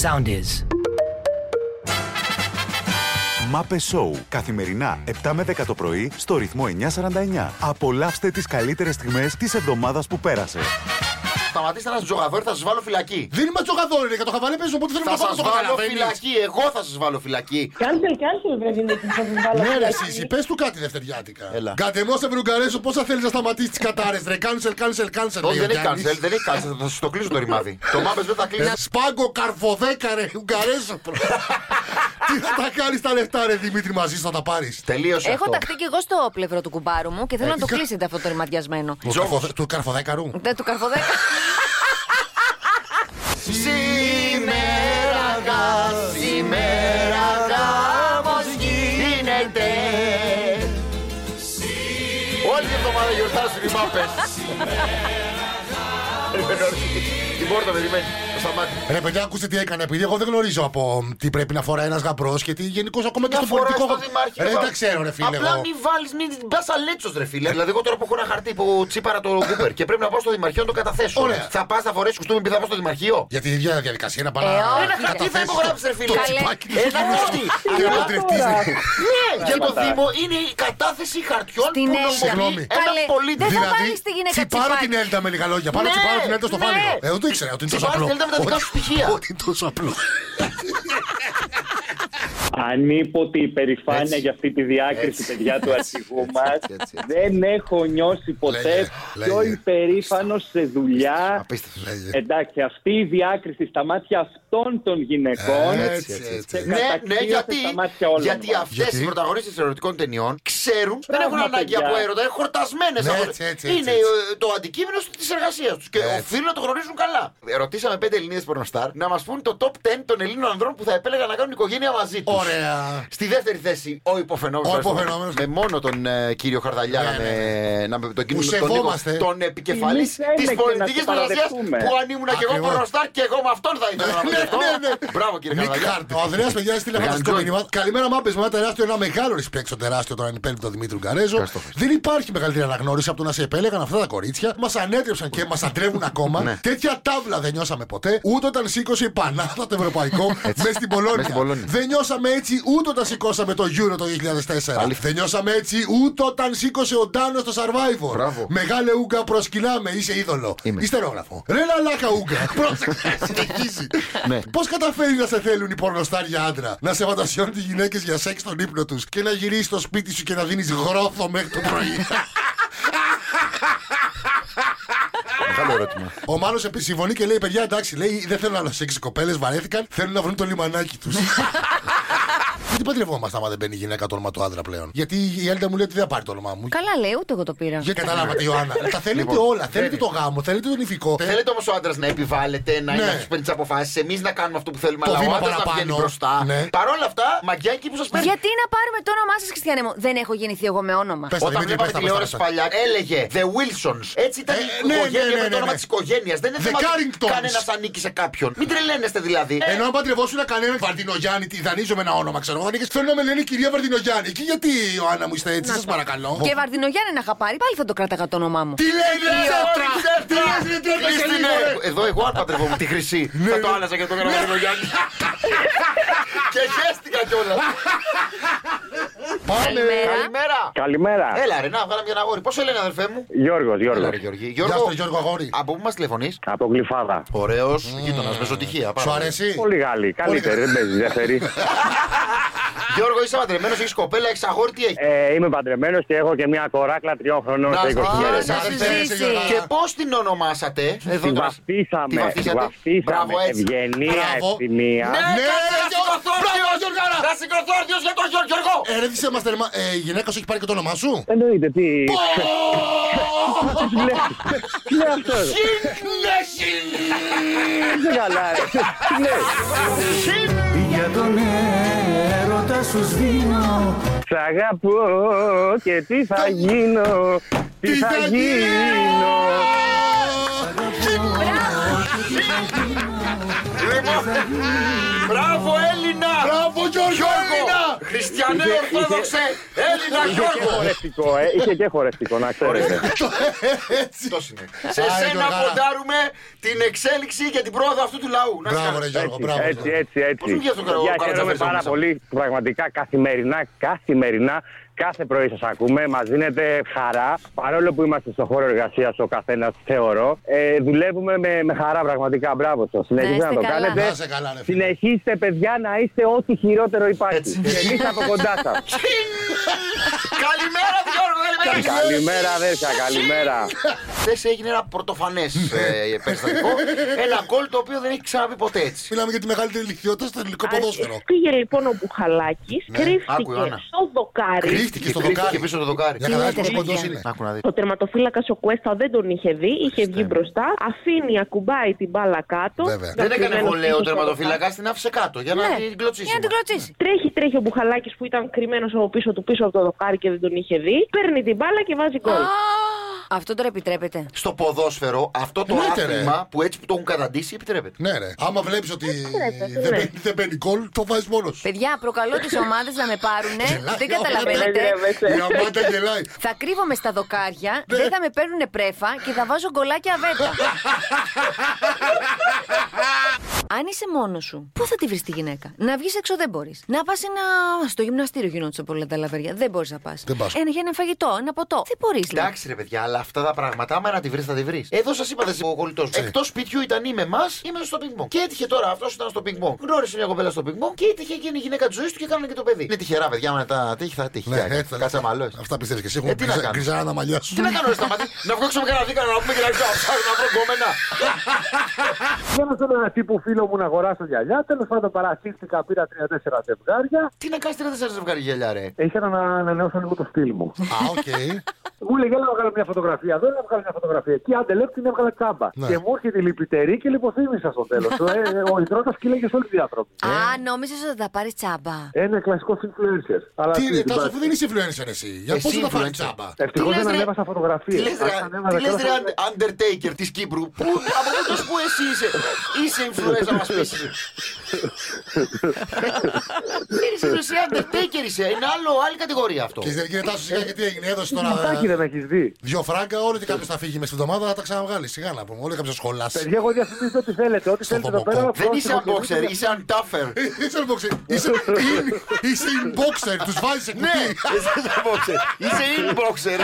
Sound is. Μάπε Σόου. Καθημερινά 7 με 10 το πρωί στο ρυθμό 949. Απολαύστε τις καλύτερες στιγμές της εβδομάδας που πέρασε. Σταματήστε να ζωγαδόρι, θα σας βάλω φυλακή. Δίνουμε τζογαδόρι, ρε, για το χαβαλέ παίζω, οπότε θέλουμε Θα να πάμε σα το βάλω καταλαβαίνεις. φυλακή. Εγώ θα σας βάλω φυλακή. Κάντε, κάντε, βρε Δημήτρη, θα την βάλω. Ναι, ρε, φυλακή. εσύ, πες του κάτι δευτεριάτικα. Έλα. Κατεμώστε Βρουγγαρέζο, πόσα θέλεις να σταματήσεις τις κατάρες. Ρε, cancel, cancel, cancel. λέει Όχι, ο δεν έχει Γιάννης. cancel, δεν έχει cancel. Θα σας το κλείσω το ρημάδι. Το μάπες δεν θα Ε, κλείσει. Σπάγκο καρφοδέκα, ρε, Ουγγαρέζο. προ. Τι θα τα κάνεις τα λεφτά, ρε, Δημήτρη, μαζί σου θα τα πάρεις. Τελείωσε. Έχω αυτό. ταχθεί και εγώ στο πλευρό του κουμπάρου μου και θέλω να το κλείσετε αυτό το Ε, ρημαδιασμένο. Του καρφοδέκαρου. Δεν του καρφοδέκα. Σήμερα γα, σήμερα γάμος γίνεται Όλη την εβδομάδα γιορτάζουν οι μάπες Περιμένω, ρε. Την πόρτα περιμένει, το σταμάτη Ρε, παιδιά, ακούστε τι έκανε. Επειδή εγώ δεν γνωρίζω από μ, τι πρέπει να φοράει ένας γαμπρός και τι γενικώς ακόμα και Να στο φοράς πολιτικό. το δημάρχη Ρε, εδώ. δεν τα ξέρω, ρε, φίλε. Απλά εγώ. μην βάλεις, μην μπας αλέτσος ρε φίλε Δηλαδή εγώ τώρα που έχω ένα χαρτί που τσίπαρα το Κούπερ Και πρέπει να πάω στο Δημαρχείο να το καταθέσω Ωραία. Θα πας να φορέσεις κουστούμι επειδή θα πάω στο Δημαρχείο Για τη ίδια διαδικασία να Ε, πάνε όχι, τι θα να ρε, καταθέσεις το- υπογράψεις, ρε, φίλε. Το Καλέ. τσιπάκι του Ένα χαρτί και παντρευτείς, ρε. Ναι, για το Δήμο είναι η κατάθεση χαρτιών που Στην Έλτα. νομοποιεί Συγγνώμη. ένας Καλέ, πολίτης. δεν θα Δηλαδή, βάλεις τη γυναίκα τσιπάρω τσιπάκι. την Έλτα με λίγα λόγια. Πάνω Ναι, τσιπάρω την Έλτα στο ναι. φάληρο. Ε, δεν το ήξερα ότι είναι τόσο Τσιπάρω απλό. την Έλτα με τα δικά Ότι- σου στοιχεία. Ότι είναι τόσο απλό. Ανίποτη υπερηφάνεια Έτσι. για αυτή τη διάκριση, Έτσι. παιδιά του αρχηγού Έτσι, μας. έτσι, έτσι, έτσι. Δεν έχω νιώσει ποτέ Λέγε, πιο λέγε. υπερήφανο σε δουλειά. Απίστευτο. Λέγε. Εντάξει, αυτή η διάκριση στα μάτια αυτών των γυναικών. Ε, Έτσι, έτσι, έτσι. έτσι. Ναι, ναι, Καταξίωσε γιατί, στα μάτια όλων γιατί μας. αυτές Γιατί? οι πρωταγωνίστες ερωτικών ταινιών ξέρουν, δεν έχουν Πράγμα, ανάγκη παιδιά. από έρωτα, είναι χορτασμένες Ναι, έτσι, έτσι, έτσι, Είναι έτσι. Ναι, ε, το αντικείμενο της εργασίας τους και Έτσι. οφείλουν να το γνωρίζουν καλά. Ρωτήσαμε πέντε Ελληνίδε πορνοστάρ να μας πούν το top 10 των Ελλήνων ανδρών που θα επέλεγαν να κάνουν οικογένεια μαζί τους. Ωραία. Στη δεύτερη θέση, ο υποφαινόμενος. Ο υποφαινόμενος. Με μόνο τον ε, κύριο Χαρδαλιά Ναι, να, με, να με- τον κύριο Που τον Νίκο, σεβόμαστε. τον επικεφαλής Εμείς έλεγε τη να το πολιτικής προστασίας παραδεχτούμε. που αν ήμουν και εγώ Ακριβώς. πορνοστάρ και εγώ με αυτόν θα ήθελα να Ναι, παντρευτώ. ναι, ναι. Μπράβο κύριε Μικ Χαρδαλιά. Χάρτ. Ο Ανδρέας, παιδιά, στείλε φανταστικό Γαντζόνι. μήνυμα. Καλημέρα, μάπε. Με ένα τεράστιο, ένα μεγάλο respect στο τεράστιο τώρα ανυπέλει τον Δημήτρη Γκαρέζο. Ευχαριστώ, ευχαριστώ. Δεν υπάρχει μεγαλύτερη αναγνώριση από το να σε επέλεγαν αυτά τα κορίτσια. Μας ανέτρεψαν και μας αντρεύουν Ναι. ακόμα. Τέτοια τάβλα δεν νιώσαμε ποτέ. Ούτε όταν σήκωσε η Πανάδα το Ευρωπαϊκό μέσα στην Μες στην Πολώνια. Πολώνια. Δεν νιώσαμε έτσι ούτε όταν σηκώσαμε το Euro το 2004. Αλήθεια. Δεν νιώσαμε έτσι ούτε όταν σήκωσε ο Ντάνος το Survivor. Μπράβο. Μεγάλε Ούγκα, προσκυνάμε, είσαι είδωλο. Είμαι. Ιστερόγραφο. Ρε λαλάκα Ούγκα. Πρόσεξε, συνεχίζει. Ναι. Πώς καταφέρει να σε θέλουν οι πορνοστάρια άντρα, να σε φαντασιώνουν τι γυναίκες για σεξ στον ύπνο τους και να γυρίσεις στο σπίτι σου και να δίνεις γρόθο μέχρι το πρωί. Μεγάλο ερώτημα. Ο Μάνος επίση συμφωνεί και λέει: Παιδιά, εντάξει, λέει, δεν θέλουν άλλο σεξ. Οι κοπέλες βαρέθηκαν, θέλουν να βρουν το λιμανάκι τους. Γιατί παντρευόμαστε άμα δεν μπαίνει η γυναίκα το όνομα του άντρα πλέον. Γιατί η Έλντα μου λέει ότι δεν θα πάρει το όνομά μου. Καλά λέει, ούτε εγώ το πήρα. Γιατί καταλάβατε, Ιωάννα. Τα θέλετε Λοιπόν, όλα. Θέλετε το γάμο, θέλετε τον ηφικό. Θέλετε όμως ο άντρας να επιβάλλεται, να Ναι. είναι αυτός που παίρνει τις αποφάσεις, εμείς να κάνουμε αυτό που θέλουμε, Το αλλά ο βήμα άντρας να παραπάνω. βγαίνει μπροστά. Ναι. Παρ' όλα αυτά, μαγιάκι που σας παίρνει. Γιατί να πάρουμε το όνομά σας, Χριστιανέ μου. Δεν έχω γεννηθεί εγώ με όνομα. Πες τα, Όταν Δημήτρη, βλέπαμε πες τα, πες τα, πες τηλεόραση τα. παλιά, έλεγε The Wilsons. Έτσι ήταν Ε, η ναι, οικογένεια ναι, ναι, με ναι, το όνομα ναι. της οικογένειας. Δεν είναι The θέμα Carringtons. κανένας ανήκει σε κάποιον. Μην τρελαίνεστε δηλαδή. Ενώ αν παντρευόσουν κανέναν Βαρδινογιάννη, τη δανείζομαι ένα όνομα, ξέρω εγώ. θα νίκες. Θέλω να με λένε κυρία Βαρδινογιάννη. Και γιατί, Ιωάννα μου, είστε έτσι, σα παρακαλώ. Και Βαρδινογιάννη να είχα πάρει, πάλι θα το κράταγα το όνομά μου. Τι λένε, Ε, Ζέτρα! όχι, Ζέτρα! Τι λες, ρε, τρέλα, Κλείστε, σε λίγο, ναι. ρε. Εδώ εγώ αν παντρευόμουν τη χρυσή. Θα το άλλαζα και το έκανα με τον Γιάννη. Και χαίστηκα κιόλας. Πάμε. Καλημέρα. Καλημέρα. Καλημέρα. Έλα ρε, να βγάλαμε ένα αγόρι. Πώς λένε αδερφέ μου. Γιώργος, Έλα Γιώργο. ρε Γιώργη. Γεια Γιώργο, σου, Γιώργο Αγόρι. από πού μας τηλεφωνείς. Από τον Γλυφάδα. Ωραίος γείτονας, μεσοτυχία. πάρα Σου πολύ. αρέσει. Πολύ Γάλλοι. Καλύτερη, δεν παίζεις, δεν φέρεις. Γιώργο, είσαι παντρεμένος, έχεις κοπέλα, έχεις αγόρι, τι έχεις. Ε, είμαι παντρεμένος και έχω και μια κοράκλα τριών χρονών Να σε 20 σας- μέρε. να Να σας- αρέσει, Γιώργο. Και πώς την ονομάσατε. Εδώ τώρα. Τη Τη βαφτίσαμε. Τη βαφτίσατε. βαφτίσαμε. Μπράβο, έτσι. Ευγενία, Μπράβο. ευθυμία. Ναι, Ναι, κάτσε, ρε, να Γιώργο, σηκωθώ όρθιος. Να σηκωθώ όρθιος για τον Γιώργο, Γιώργο. Ερέθησε μας τερμά. Ε, η γυναίκα σου έχει πάρει και το όνομά σου. Εννοείται, τι. Τι λέει- Τι λέει αυτό, ρε. Δεν είσαι καλά, ρε. Τι λέει. Για τον έρωτα σου σβήνω Σ' αγαπώ και τι θα γίνω. Τι θα γίνω. Λοιπόν, Μπράβο, Έλληνα. Μπράβο, Γιώργο! Γιώργο, Έλληνα! Χριστιανέ Είχε- Ορθόδοξε Έλληνα Είχε και Γιώργο. χορευτικό, ε. Είχε και χορευτικό, να ξέρετε. Έτσι. Αυτός είναι. Σε Άρα, σένα Γιώργα. ποντάρουμε την εξέλιξη και την πρόοδο αυτού του λαού. Να σε Μπράβο, καλά. ρε Γιώργο, Έτσι, μπράβο. έτσι, έτσι. Πώς έτσι. είναι και αυτό το Για καρατζαφέρι χαίρομαι στο πάρα μέσα. πολύ. Πραγματικά καθημερινά, καθημερινά, κάθε πρωί σας ακούμε. Μας δίνετε χαρά. Παρόλο που είμαστε στο χώρο εργασίας ο καθένας, θεωρώ. Ε, δουλεύουμε με, με χαρά, πραγματικά. Μπράβο σας. Συνεχίστε είστε να το καλά. κάνετε. Να είσαι καλά, ρε Ναι. φίλε. Συνεχίστε, παιδιά, να είστε ό,τι χειρότερο υπάρχει. Έτσι. Και εμείς από κοντά σας. Καλημέρα, Γιώργο, καλημέρα. καλημέρα, αδέρφια, καλημέρα. Χθες έγινε ένα πρωτοφανέ περιστατικό. Ένα γκολ το οποίο δεν έχει ξαναπεί ποτέ έτσι. Μιλάμε για τη μεγαλύτερη λιχτιότητα στο ελληνικό ποδόσφαιρο. Πήγε λοιπόν ο Μπουχαλάκης, Ναι. Άκου, κρύφτηκε Άννα. στο δοκάρι. Κρύφτηκε στο Κρύφτηκε δοκάρι. πίσω το δοκάρι. Για να δεις πόσο Κρύφτηκε. κοντός είναι. Άκου να δεις. Ο τερματοφύλακας ο Κουέστα δεν τον είχε δει, είχε βγει μπροστά. Αφήνει, ακουμπάει την μπάλα κάτω. Βέβαια. Δεν έκανε Κρυμμένος βολέ ο πίσω στο τερματοφύλακα, την άφησε κάτω για να Ναι, την κλωτσίσει. Για να την κλωτσίσει. Τρέχει, τρέχει ο Μπουχαλάκης που ήταν κρυμμένος από πίσω του πίσω από το δοκάρι και δεν τον είχε δει. Παίρνει την μπάλα και βάζει γκολ. Αυτό τώρα επιτρέπεται. Στο ποδόσφαιρο αυτό το Ναι, ρε. άθλημα που έτσι που το έχουν καταντήσει επιτρέπεται. Ναι, ρε. Άμα βλέπεις ότι δεν ναι. μπαίνει- δεν μπαίνει γκολ, το βάζεις μόνος. Παιδιά, προκαλώ τις ομάδες να με πάρουνε. Γελάει, Δεν Δεν καταλαβαίνετε. γρεύεσαι. Η αμάντα γελάει. Θα κρύβομαι στα δοκάρια, Ναι. δεν θα με παίρνουνε πρέφα και θα βάζω γκολάκια αβέτα. Αν είσαι μόνος σου, πού θα τη βρεις τη γυναίκα. Να βγεις έξω δεν μπορείς. Να πας ένα. Στο γυμναστήριο γινόντουσαν πολλά τα λαβεριά. Δεν μπορείς να πας. Δεν πας. Ένα, για ένα φαγητό, ένα ποτό. Δεν μπορείς. Εντάξει ρε παιδιά, αλλά αυτά τα πράγματα, άμα να τη βρεις, θα τη βρεις. Εδώ σας είπα, δεν ο κολλητός. Ε. Εκτός σπιτιού ήταν ή με εμά ή μέσα στο πιγμό. Και έτυχε τώρα αυτός ήταν στο πιγμό. Γνώρισε μια κοπέλα στο πιγμό και έτυχε εκείνη η γυναίκα της ζωής του και κάνανε και το παιδί. Είναι τυχερά, παιδιά, άμα τα τύχει, θα τύχει. Ναι, έτσι θα λες. Κάτσα μαλό. Αυτά πιστεύεις και εσύ. Ε, τι να Έχουν κάνω. γκριζάρα τα μαλλιά σου. Τι να κάνω, ρε σταματή, να βγω έξω με κανένα δίκανο να πούμε και να ξέρω, να βρω κόμενα. Πήγαινα στον ένα τύπο φίλο μου να αγοράσω γυαλιά. Τέλος πάντων, παρασύρθηκα, πήρα 3-4 ζευγάρια. Τι να κάνεις τέσσερα ζευγάρι γυαλιά, ρε. Ήθελα να ανανεώσω λίγο το στυλ μου. Α, οκ. Μου έλεγε, έλα να βγάλω μια φωτογραφία εδώ, έλα να βγάλω μια φωτογραφία εκεί. Άντε, λέω, την έβγαλα τσάμπα. Ναι. Και μου έρχεται η λυπητερή και λιποθύμησα στο τέλος. ο υδρότας κύλαγε σε όλη τη διαδρομή. Ε. Α, νόμιζες ότι θα τα πάρεις τσάμπα. Ένα Ε, κλασικός influencer. Αλλά Τι είναι, την Τάσο, πάση. αφού δεν είσαι influencer εσύ. Για Εσύ πόσο θα πάρεις influencer. τσάμπα. Ευτυχώς Τι λες, δεν ρε- ανέβασα Τι φωτογραφίε. λε, ρε, Undertaker της Κύπρου. Πού, από πού τους- πού εσύ είσαι. Είσαι influencer, μας πεις. Είσαι influencer, Undertaker είσαι. Είναι άλλο, άλλη κατηγορία αυτό. Και δεν γίνεται Τάσο σιγά γιατί έγινε. Έδωσε τώρα Μητάκι δεν έχεις δει. δύο φράγκα. Όλο και κάποιος θα φύγει μέσα στην εβδομάδα θα τα ξαναβγάλεις. Σιγά να πούμε. Όλο κάποιο σχολάσει. Παιδιά, εγώ διαφημίζω ό,τι θέλετε. Ό,τι Στο θέλετε εδώ πέρα. βαμποκό. Δεν πρόσεχε, είσαι και boxer, είσαι untuffer. Ε, Είσαι unboxer. Είσαι in- είσαι inboxer. Τους βάζεις σε Ναι, κουτί. είσαι boxer. Είσαι inboxer.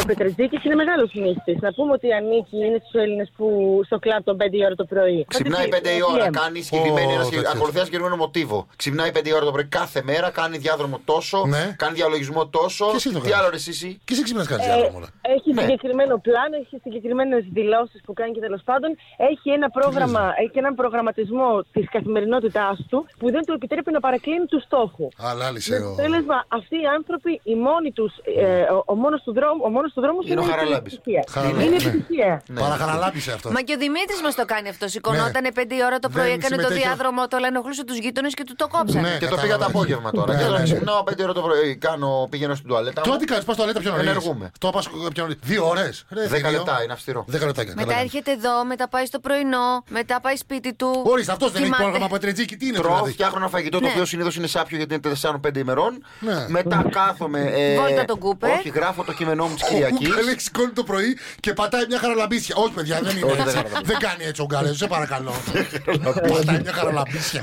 Ο Πετρετζίκης είναι μεγάλος νύχτη. Να πούμε ότι ανήκει, είναι στους Έλληνες που στο κλαμπ των 5 η ώρα το πρωί. Ξυπνάει Ό,τι 5 η πει, ώρα, PM. κάνει συγκεκριμένη, ένα Ω, συγκεκρι- τέτοιος. ακολουθεί ένα συγκεκριμένο μοτίβο. Ξυπνάει 5 η ώρα το πρωί κάθε μέρα, κάνει διάδρομο τόσο, Ναι. κάνει διαλογισμό τόσο. Και εσύ το Τι κάνεις. άλλο ρε εσύ. Και εσύ ξυπνάς κάτι Ε, άλλο μόνο. Έχει Ναι. συγκεκριμένο πλάνο, έχει συγκεκριμένες δηλώσεις που κάνει και τέλος πάντων. Έχει ένα πρόγραμμα, Ναι. έχει έναν προγραμματισμό της καθημερινότητάς του που δεν του επιτρέπει να παρακλίνει τους στόχους. Αλλά άλλη Με ε, σε. αποτέλεσμα, αυτοί οι άνθρωποι, οι μόνοι τους, ε, ο, ο μόνος του δρόμου, ο μόνος του δρόμος Είναι ο η Χαραλάμπης. επιτυχία. Χαραλάμπης, Είναι ναι. επιτυχία. Παραχαραλάμπησε αυτό. Μα και ο Δημήτρης μας το κάνει αυτό. Σηκωνότανε 5 η ώρα το Ναι. Δεν πρωί, έκανε το συμμετέχει ο- διάδρομο του, αλλά ενοχλούσε τους γείτονες και του το κόψανε. Ναι, Ε, Και το κατάλαβα. πήγα το απόγευμα τώρα. Ναι, Και ναι, τώρα ναι. ξυπνάω 5 ώρα το πρωί. ε, Κάνω, πηγαίνω στην τουαλέτα. μου. Τώρα τι κάνεις, πας στο αλέτα πιο νωρί. Ενεργούμε. Το πας πιο νωρί. Δύο ώρες. Δέκα λεπτά, είναι αυστηρό. Δέκα λεπτά. καλά Μετά κάνεις. έρχεται εδώ, μετά πάει στο πρωινό, μετά πάει σπίτι του. Ορίστε, αυτός δεν έχει Κοιμάται. πρόγραμμα από ετρετζίκι. Τι είναι Τρώω, δηλαδή. φτιάχνω ένα φαγητό το Ναι. οποίο συνήθως είναι σάπιο γιατί είναι 4-5 ημερών. Ναι. Μετά κάθομαι. ε, Βόλτα τον κούπερ. Όχι, γράφω το κείμενό μου της Ο Κυριακή. Γκάλε σηκώνει το πρωί και πατάει μια χαραλαμπίσια. Όχι, παιδιά, δεν είναι. Όχι, δεν έτσι. χαραλαμπίσια. δεν κάνει έτσι ο Γκάλε, σε παρακαλώ. πατάει μια χαραλαμπίσια.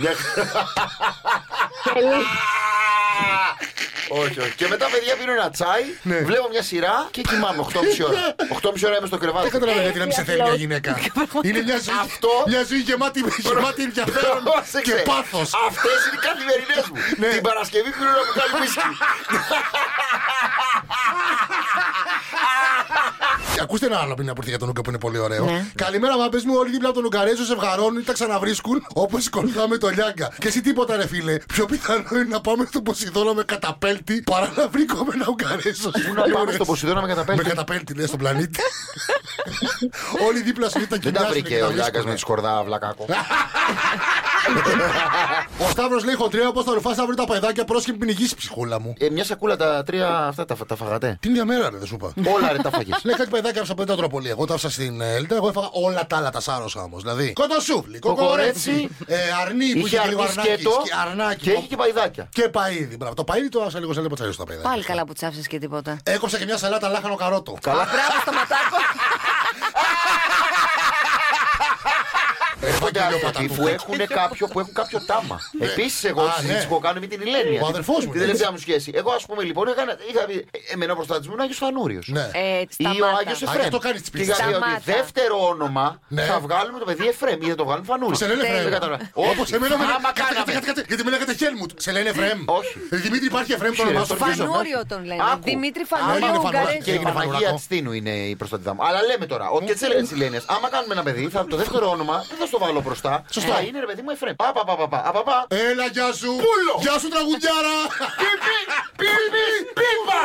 όχι, όχι. Και μετά, παιδιά, πίνω ένα τσάι, Ναι. βλέπω μια σειρά και κοιμάμαι 8,5 ώρα. 8,5 ώρα είμαι στο Δεν κρεβάτι. καταλαβαίνω γιατί να μην σε θέλει μια γυναίκα. Είναι μια ζωή, Αυτό- μια ζωή γεμάτη, γεμάτη Ε, ενδιαφέρον Πρόσεξε. και Ναι. πάθος. Αυτές είναι οι καθημερινές μου. Την Παρασκευή πίνω ένα μπουκάλι whisky. Ακούστε ένα άλλο πριν από για τον Νούκα που είναι πολύ ωραίο. Ναι. Καλημέρα, μα πες μου, όλοι δίπλα από τον Ουγγαρέζο σε βγαρώνουν ή τα ξαναβρίσκουν όπως κολλάμε το Λιάγκα. Και εσύ τίποτα, ρε φίλε. Πιο πιθανό είναι να πάμε στον Ποσειδώνα με καταπέλτη παρά να βρήκαμε ένα Ουγγαρέζο. Πού να πάμε στον Ποσειδώνα με Με καταπέλτη. καταπέλτη, λέει, στον πλανήτη. Όλοι δίπλα σου ήταν Δεν τα κοιμιάζουν και ναι. βρήκε ο Λιάκα βρίσκουνε. με τη σκορδά, βλακάκο. Ο Σταύρος λέει χοντρέα πώ θα ρουφάς αύριο τα παιδάκια πρόσχημη πνιγή ψυχούλα μου. Ε, μια σακούλα τα τρία αυτά τα, τα φαγατέ. Την ίδια μέρα, ρε, δεν σου είπα. Όλα ρε τα φάγες. Λέει κάτι παιδάκια από την Τροπολία. Εγώ τα άφησα στην ε, Ελίτα, εγώ έφαγα όλα τα άλλα τα σάρωσα όμως. Δηλαδή, κοτοσούφλι, κοκορέτσι, ε, αρνί που είχε Είχε και λίγο αρνί αρνάκι, σκέτο σκι- αρνάκι και είχε και παϊδάκια. και παίδι. Μπράβο, το παίδι το άφησα λίγο σε λίγο τσαρίσω τα παιδάκια. Πάλι καλά που τσάφσε και τίποτα. Έκοψα και μια σαλάτα λάχανο καρότο. Καλά. Μπράβο στο ματάκο. Ε, Έρχονται Ευαγγέλιο άνθρωποι Πατατούκα. που έχουν κάποιο, που έχουν κάποιο τάμα. Επίσης, εγώ Α, τη συζήτηση ναι. που έχω κάνει με την Ηλένια. Ο αδερφός μου, Την ναι. τελευταία μου σχέση. Εγώ, ας πούμε, λοιπόν, έκανα, είχα πει, ε, εμένα ο προστάτη μου είναι Άγιος Φανούριος. Ναι. Ε, Ή ο Άγιο σταμάτα. Εφρέμ. αυτό κάνεις τις Και πίτσες. είχα πει Σταμάτα. ότι δεύτερο όνομα Ναι. θα βγάλουμε το παιδί Εφρέμ ή θα το βγάλουμε Φανούριο. Σε λένε Τέλειο. Εφραίμ. Ε, Ε, Δεν κατάλαβα. Όπως Όχι. εμένα με. Άμα Κάτσε, κάναμε. κάτσε, κάτσε, κάτσε, Γιατί με λέγατε Χέλμουντ. Σε λένε Εφραίμ. Όχι. Ε, Δημήτρη, υπάρχει Εφραίμ το Όχι, ρε, όνομά σου. το αρχίζω. Φανούριο τον λένε. Άκου. Δημήτρη Άμα είναι Φανούριο, φανουράκο. Ουγγαρέζο. Και η μαγεία της Τίνου είναι η προστατητά μου. Αλλά λέμε τώρα, Ε, ότι και της έλεγα τη Ηλένεια, άμα κάνουμε ένα παιδί, θα, το δεύτερο όνομα δεν θα στο βάλω μπροστά. Σωστό. Θα είναι ρε παιδί μου Εφρέμ. Πα, πα, πα, πα, πα, πα, πα. Έλα, γεια σου. Πούλο. Γεια σου, τραγουδιάρα. Πίπα!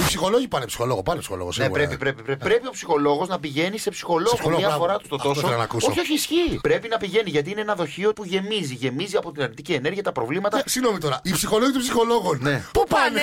Οι ψυχολόγοι πάνε ψυχολόγο, πάνε ψυχολόγος. Ναι, σίγουρα. πρέπει, πρέπει, πρέπει. πρέπει ο ψυχολόγος να πηγαίνει σε Σε ψυχολόγο ψυχολόγο, μία μπράβο. φορά του το Αυτό τόσο. ήθελα να ακούσω. Όχι, όχι, ισχύει. Πρέπει να πηγαίνει γιατί είναι ένα δοχείο που γεμίζει. Γεμίζει από την αρνητική ενέργεια τα προβλήματα. Ε, Συγγνώμη τώρα. Οι ψυχολόγοι των ψυχολόγων. Ναι. Πού πάνε.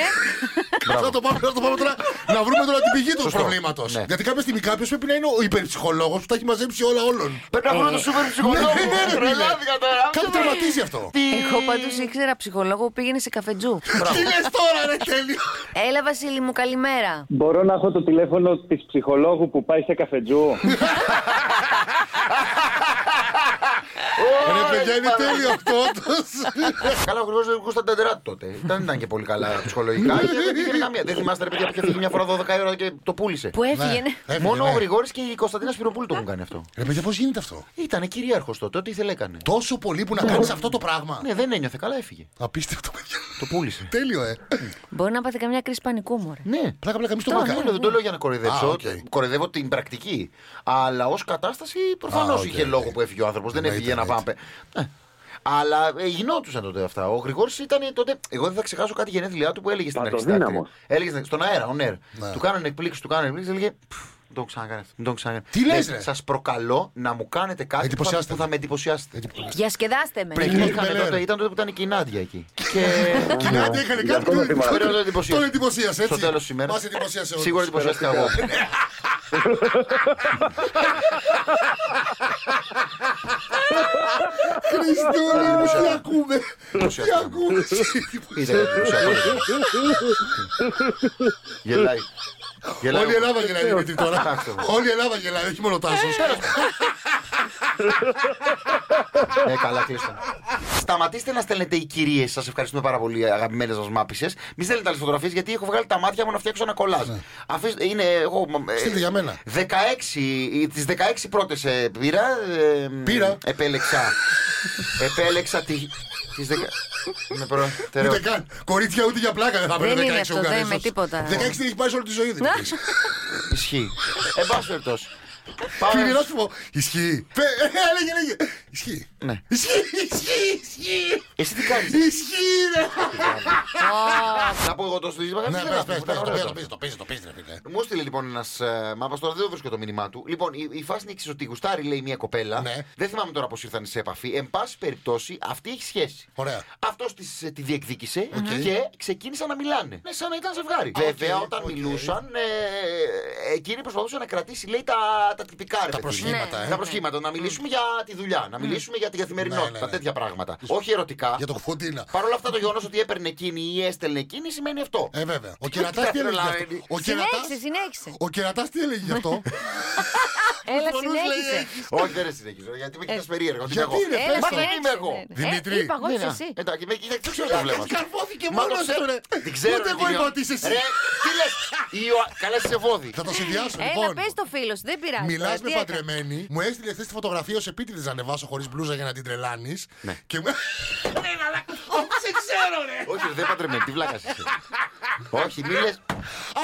Πάνε. Θα το πάμε, θα το πάμε τώρα να βρούμε τώρα την πηγή του Σωστό. προβλήματος. Ναι. Γιατί κάποια στιγμή κάποιος πρέπει να είναι ο υπερψυχολόγος που τα έχει μαζέψει όλα όλων. Πρέπει να βρούμε το σούπερ ψυχολόγο. Ναι, ναι, ναι, ρε, Τρελάθηκα τώρα. Κάτι τραυματίζει αυτό. Εγώ πάντως ήξερα ψυχολόγο που πήγαινε σε καφετζού. Τι λες τώρα, ρε τέλειο. Έλα, Βασίλη μου, καλημέρα. Μπορώ να έχω το τηλέφωνο της ψυχολόγου που πάει σε καφετζού. Ωραία, Ρε παιδιά, είναι λοιπόν. πάρα- τέλειο αυτό. όντως. Ε, Καλά, ο Γρηγόρης δεν ακούσαν τα τεράτ τότε. Δεν ήταν και πολύ καλά ψυχολογικά. Ναι. και Δεν πήγαινε καμία. Δεν θυμάστε, ρε παιδιά, που είχε φύγει μια φορά 12 η ώρα και το πούλησε. Που έφυγε. Ναι, ναι. έφυγε, Μόνο ναι. ο Γρηγόρης και η Κωνσταντίνα Σπυροπούλου το έχουν κάνει αυτό. Ρε παιδιά, πώς γίνεται αυτό. Ήτανε κυρίαρχος τότε, ό,τι ήθελε έκανε. Τόσο πολύ που να κάνεις αυτό το πράγμα. Ναι, δεν ένιωθε καλά, έφυγε. Απίστευτο, παιδιά. Το πούλησε. Τέλειο, ε. Μπορεί να πάθει καμιά κρίση πανικού μου. ρε. Ναι. Πλάκα πλάκα εμεί το Αυτό μάκα. δεν το λέω για να κοροϊδέψω. Α, οκ. Κοροϊδεύω την πρακτική. Αλλά ως κατάσταση προφανώς Α, οκ, είχε οκ. λόγο που έφυγε ο άνθρωπος. Δεν Εννοείται, έφυγε ένα εννοείται. πάμπε. Ναι. Αλλά ε, γινόντουσαν τότε αυτά. Ο Γρηγόρης ήταν ε, τότε. Εγώ δεν θα ξεχάσω κάτι γενέθλιά του που έλεγε στην αρχή. στην άκρη. Παντοδύναμος. Έλεγε στην- στον αέρα, on air. Ναι. Του κάνανε εκπλήξεις, του κάνανε εκπλήξεις. Έλεγε. «Πφ, Μην τον ξανακάνετε. Μην τον ξανακάνετε. Τι λες, ρε. Σας προκαλώ να μου κάνετε κάτι που θα- Εντυπωσιάστε που θα με. με εντυπωσιάσετε. Ναι. Διασκεδάστε με. Ναι. Και Εντυπωσιάστε είχαμε με, τότε- λέει. Ήταν τότε που ήταν και η Νάντια εκεί. Και Και. Νάντια έκανε Γι' κάτι αυτό το που θυμάμαι. τον- Πρέπει να το εντυπωσίασε. Τον εντυπωσίασε, έτσι. Στο τέλος της ημέρας. Μας εντυπωσίασε όλους. Σίγουρα εντυπωσιάστηκα εγώ. Χριστούλη, μου, τι ακούμε. Τι ακούμε. Ήταν εντυπωσιακό. Γελάει. Γελάει. Όλη η Ελλάδα γελάει Δημήτρη τώρα. Εντάξει, εγώ. Όλη η Ελλάδα γελάει, όχι μόνο ο Τάσος. Ε, καλά, κλείσαμε. Σταματήστε να στέλνετε οι κυρίες. Σας ευχαριστούμε πάρα πολύ, αγαπημένες μα μάπησε. Μην στέλνετε άλλες φωτογραφίες γιατί έχω βγάλει τα μάτια μου να φτιάξω ένα κολλάζ. Αφήστε, είναι εγώ. ε, Ναι. Στείλτε για μένα. 16, τις 16 πρώτες ε, πήρα. ε, Πήρα. Επέλεξα. επέλεξα τη, τις 10... Είναι προτεραιότητα. Ούτε καν. Κορίτσια ούτε για πλάκα δεν θα Δεν παίρνει είναι 16 αυτό, δεν Ουγγαρέζος. με τίποτα. Ναι. 16 την έχεις πάρεις σε όλη τη ζωή, Δημήτρης. Ισχύει. Εν πάση περιπτώσει. Πάμε. Φίλοι, να σου πω. Ισχύει. Πε- ε, Έλεγε, έλεγε. Ισχύει. Ναι. Ισχύει, ισχύει, ισχύει. Εσύ τι κάνεις. Ισχύει, ρε. Να πω εγώ το στοίχημα. Ναι, δεν πες, γράφω, πες, ήταν πες, ωραίο το αυτό. πες, το πες, το πες, ρε φίλε. Μου έστειλε λοιπόν ένας μάπα τώρα, δεν το βρίσκω το μήνυμά του. Λοιπόν, η, η φάση είναι εξής: Ότι γουστάρει, λέει μια κοπέλα. Ναι. Δεν θυμάμαι τώρα πώς ήρθαν σε επαφή. Εν πάση περιπτώσει, αυτή έχει σχέση. Ωραία. Αυτός της διεκδίκησε και ξεκίνησαν να μιλάνε. Ναι, σαν να ήταν ζευγάρι. Βέβαια, οκ, όταν οκ. μιλούσαν, ε, εκείνη προσπαθούσε να κρατήσει, λέει, τα, τα τυπικά ρε Τα παιδί μου. Ναι. προσχήματα, ε. Τα προσχήματα. Να μιλήσουμε για τη δουλειά, να μιλήσουμε για την καθημερινότητα, Ναι, ναι, ναι. τέτοια πράγματα. Όχι ερωτικά. Για το κουφοντίνα. Παρ' όλα αυτά, το γεγονός ότι έπαιρνε εκείνη ή έστελνε εκείνη σημαίνει αυτό. Ε, βέβαια. Ο κερατάς τι έλεγε γι' αυτό. Ο κερατάς- Συνέχισε, συνέχισε. Ο κερατάς τι έλεγε γι' αυτό. Έλα, Συμφωνούς, λέει, συνέχισε. Όχι, δεν συνεχίζω, γιατί με κοιτάς περίεργα. ότι είμαι Ε, Γιατί, εγώ. ρε, Έλα, πες το. δεν είμαι συνέχισε. εγώ. ναι, ναι. Ε, Δημήτρη. Είπα εγώ, είσαι Ναι, εσύ. Εντάξει, με κοίταξε, δεν ξέρω το βλέμμα. σου. Ε, Καρφώθηκε Μα το μόνος ξέρω. του, ρε. Την ξέρω. Ούτε την εγώ Ιω- είπα ότι είσαι εσύ. Ρε, τι λες. Καλά, σε βόδι. Θα το συνδυάσω, Έλα, λοιπόν. πες το φίλος σου, δεν πειράζει. Μιλάς τώρα, με τι έκανε. παντρεμένη, μου έστειλε χθες τη φωτογραφία ως επίτηδες να ανεβάσω χωρίς μπλούζα για να την τρελάνεις. Και μου. Όχι, δεν παντρεμένη, τι βλάκας είσαι. Όχι, μη λες.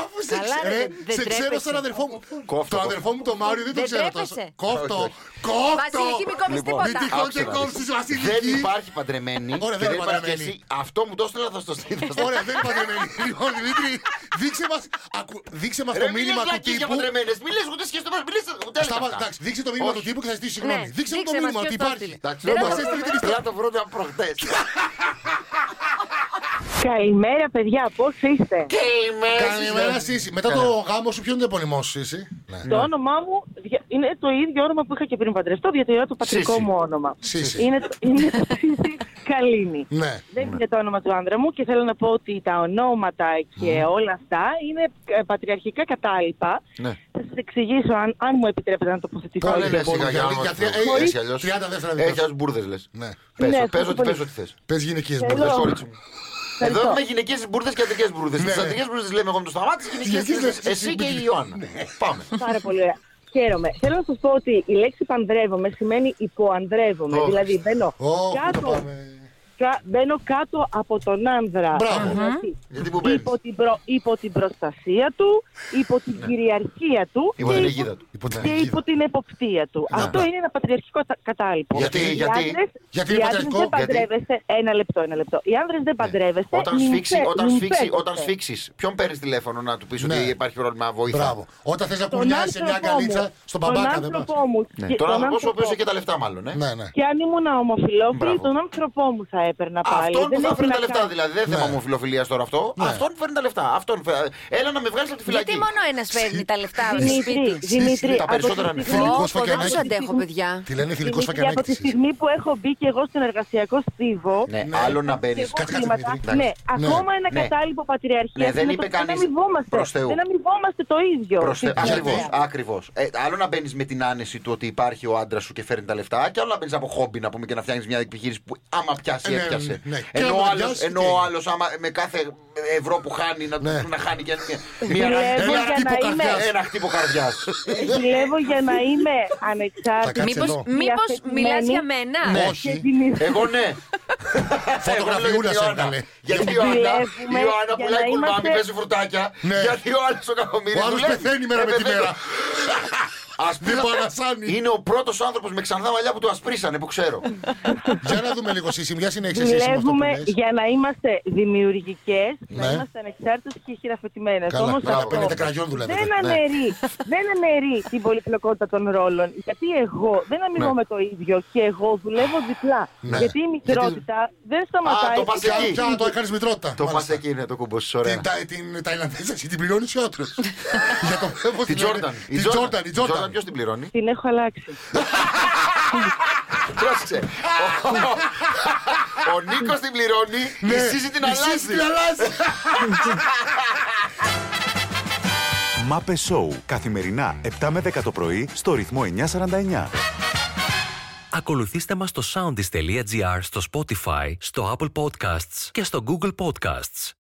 Αφού σε Καλά, ξέρω, ρε, ρε, δεν σε ξέρω τρέπεσαι. σαν αδερφό μου. Κόφτο, Το κόφτο. αδερφό μου το Μάριο δεν το Δεν ξέρω τρέπεσαι. τόσο. Όχι, Κόφτο, όχι. κόφτο. Βασιλική, μην κόβεις Λοιπόν, τίποτα. μην τυχόν Άκουσε και να δεις. κόψεις, Βασιλική. Δεν υπάρχει παντρεμένη. Ωραία, και δεν δεν υπάρχει και παντρεμένη. εσύ. Αυτό μου το έστειλα, θα στο στείλω. Ωραία, δεν είπατε ναι. Λοιπόν, Δημήτρη, δείξε μας, ακου- δείξε μας το Ρε, μη λες μήνυμα του λακκίες για τύπου. παντρεμένες. Μη λες ούτε σκέφτομαι, μη λες ούτε Σταμα- έλεγα αυτά. εντάξει, δείξε το μήνυμα Όχι. του τύπου και θα ζητήσει Ναι, συγγνώμη. Δείξε μου το δείξε μας μήνυμα ότι ποιος το υπάρχει. έστειλε. Δεν Δεν μας το- έστειλε την ιστορία. Απλά το πρώτο από προχτές. Καλημέρα, παιδιά, πώς είστε. Ε, Καλημέρα, Σύση. Μετά το γάμο σου, ποιον είναι το επωνυμό σου, Σύση. Ναι. Το όνομά μου δια- είναι το ίδιο όνομα που είχα και πριν παντρευτώ, διατηρώ το πατρικό Σύση. μου όνομα. Σύση. Είναι το, είναι το Σύση Καλίνη. Ναι. Δεν είναι το όνομα του άνδρα μου και θέλω να πω ότι τα ονόματα και όλα αυτά είναι ε, πατριαρχικά κατάλοιπα. Ναι. Θα σας εξηγήσω αν, αν μου επιτρέπετε να τοποθετηθώ. Καλέ, Καλέ, ναι, λες, σιγά, σιγά, για- για άμα για- θέλω. ε, Χωρίς- έτσι αλλιώς. 30 δεύτερα δικά Έχει σου. άλλους μπουρδες, λες. Ναι. Πες, Ναι, πες ευχαριστώ ό,τι πολύ. πες ό,τι θες. Πες γυναικείες Θέλω- μπουρδες. Πες, κορίτσι μου. Ευχαριστώ. Εδώ έχουμε γυναικείες μπουρδες και αντρικές μπουρδες. Ναι, Τις ναι. αντρικές μπουρδες λέμε εγώ με το σταμάτη, τις γυναικείες Γυναικείες τις- λες εσύ εσύ, και η Μπιμπι. Ιωάννα. Πάμε. Πάρα πολύ ωραία. Χαίρομαι. Θέλω να σας πω ότι η λέξη παντρεύομαι σημαίνει υποανδρεύομαι. Ω. δηλαδή μπαίνω, Ω, πού το κάτω, πάμε. κα- μπαίνω κάτω από τον άνδρα. Μπράβο. Δηλαδή, Γιατί που μπαίνεις. Υπό την, προ- υπό την προστασία του, υπό την κυριαρχία του Ναι. Υπό και την υπό- αιγίδα του. Υπό την και αιγίδα. υπό την εποπτεία του. Αυτό είναι ένα πατριαρχικό τα- κατάλοιπο. Ναι, Γιατί, Οι γιατί, άνδρες- γιατί οι είναι άνδρες πατριαρχικό, δεν γιατί? παντρεύεστε. Ένα λεπτό, ένα λεπτό. Οι άνδρες δεν παντρεύεστε. Ναι. Όταν σφίξει, νυμφέ- όταν σφίξει, νυμφέζεστε. όταν σφίξεις, ποιον παίρνεις τηλέφωνο να του πεις Ναι. ότι υπάρχει πρόβλημα, βοήθεια. Μπράβο. Όταν θες να Τον κουνιάσεις σε μια άνθρωπό μου. αγκαλίτσα, στον τον μπαμπάκα δεν πας. άνθρωπό μου. Ναι. και- Τώρα τον να πω ο άνθρωπό οποίο έχει τα λεφτά, μάλλον. ε. Ναι, ναι. Και αν ήμουν ομοφυλόφιλη, Μπράβο. τον άνθρωπό μου θα έπαιρνα πάλι. Αυτόν που Δεν θα έχει φέρνει να τα λεφτά, κάνει. δηλαδή. Δεν θέμα Ναι. μου φιλοφιλία τώρα αυτό. Αυτόν που φέρνει τα λεφτά. Αυτόν. φε- Έλα να με βγάλεις από τη φυλακή. Γιατί μόνο ένας παίρνει τα λεφτά από το Δημήτρη, σπίτι. Δημήτρη, Τα από περισσότερα τη είναι στιγμή- φιλικός Ω, δεν φακιανέκτη. του αντέχω, παιδιά. Τη λένε Δημήτρη, θηλυκός από τη φακιανέκτης. στιγμή που έχω μπει και εγώ στον εργασιακό στίβο. Ναι, άλλο να και μπαίνει. εγώ Κάτσε, κάτσε, χρήματα, Δημήτρη. ναι, Ναι. ακόμα ένα Ναι. κατάλοιπο πατριαρχία. Ναι, δεν είπε Δεν κανείς. αμοιβόμαστε. Προς Θεού. Δεν αμοιβόμαστε το ίδιο. Γιατί? Ακριβώ. Ακριβώς. Ε, άλλο να μπαίνεις με την άνεση του ότι υπάρχει ο άντρας σου και φέρνει τα λεφτά, και άλλο να μπαίνεις από χόμπι να πούμε και να φτιάχνεις μια επιχείρηση που άμα πιάσει, Ναι, έπιασε. ναι, ναι. Και Ενώ ο άμα άλλος- πιάσει, Ενώ τι ο έγινε. άλλο με κάθε ευρώ που χάνει να, Ναι. να χάνει και μια, Δουλεύω μια Ένα για χτύπο να είμαι- καρδιάς. Ε, ναι. ένα χτύπο καρδιάς. Δουλεύω για να είμαι κάτσε ανεξάρτητη. εδώ. Μήπω μήπως διαθετημένη μιλάς για μένα. Ναι. και Όχι. την- Εγώ ναι. Εγώ λέω Φωτογραφιούλα για σε την έβγαλε. Ιωάννα. Γιατί η Άννα, η Δουλεύουμε Ιωάννα για πουλάει να κουλμάμι, είμαστε- παίζει φρουτάκια. Ναι. Γιατί ο άλλος ο Κακομοίρη. Ο άλλος πεθαίνει μέρα με τη μέρα. Ας πούμε, Δεν παρασάνει. είναι ο πρώτος άνθρωπος με ξανθά μαλλιά που του ασπρίσανε, που ξέρω. Για να δούμε λίγο, Σύση. Μια συνέχιση εσύ με αυτό που Δουλεύουμε λες. για να είμαστε δημιουργικές, να Ναι. είμαστε ανεξάρτητες και χειραφετημένες. Καλά, μπράβο, παίρνετε κραγιόν δουλεύετε. δεν, Ναι. αναιρεί, δεν αναιρεί την πολυπλοκότητα των ρόλων. Γιατί εγώ δεν αμοιβώ με το ίδιο και εγώ δουλεύω διπλά. Ναι. Γιατί η μικρότητα δεν σταματάει. Α, το πας και- εκεί. Πια το έκανες μητρότητα. Το πας μάλιστα. εκεί είναι το κούμπο σου, Την, ωραία. τα, την Ταϊλανδέζα εσύ την πληρώνεις ο άντρας. Για το Την πώς τη λένε. Τζόρνταν. Την Τζόρνταν, η Τζόρνταν. ποιο την πληρώνει. Την έχω αλλάξει. Πρόσεξε. Ο- ο- Ο Νίκος την πληρώνει, η Σύση την η Σύση Ναι. την αλλάζεις. αλλάζει. Μάπε Σόου. Καθημερινά 7 με 10 το πρωί στο ρυθμό 949. Ακολουθήστε μας στο soundis.gr, στο Spotify, στο Apple Podcasts και στο Google Podcasts.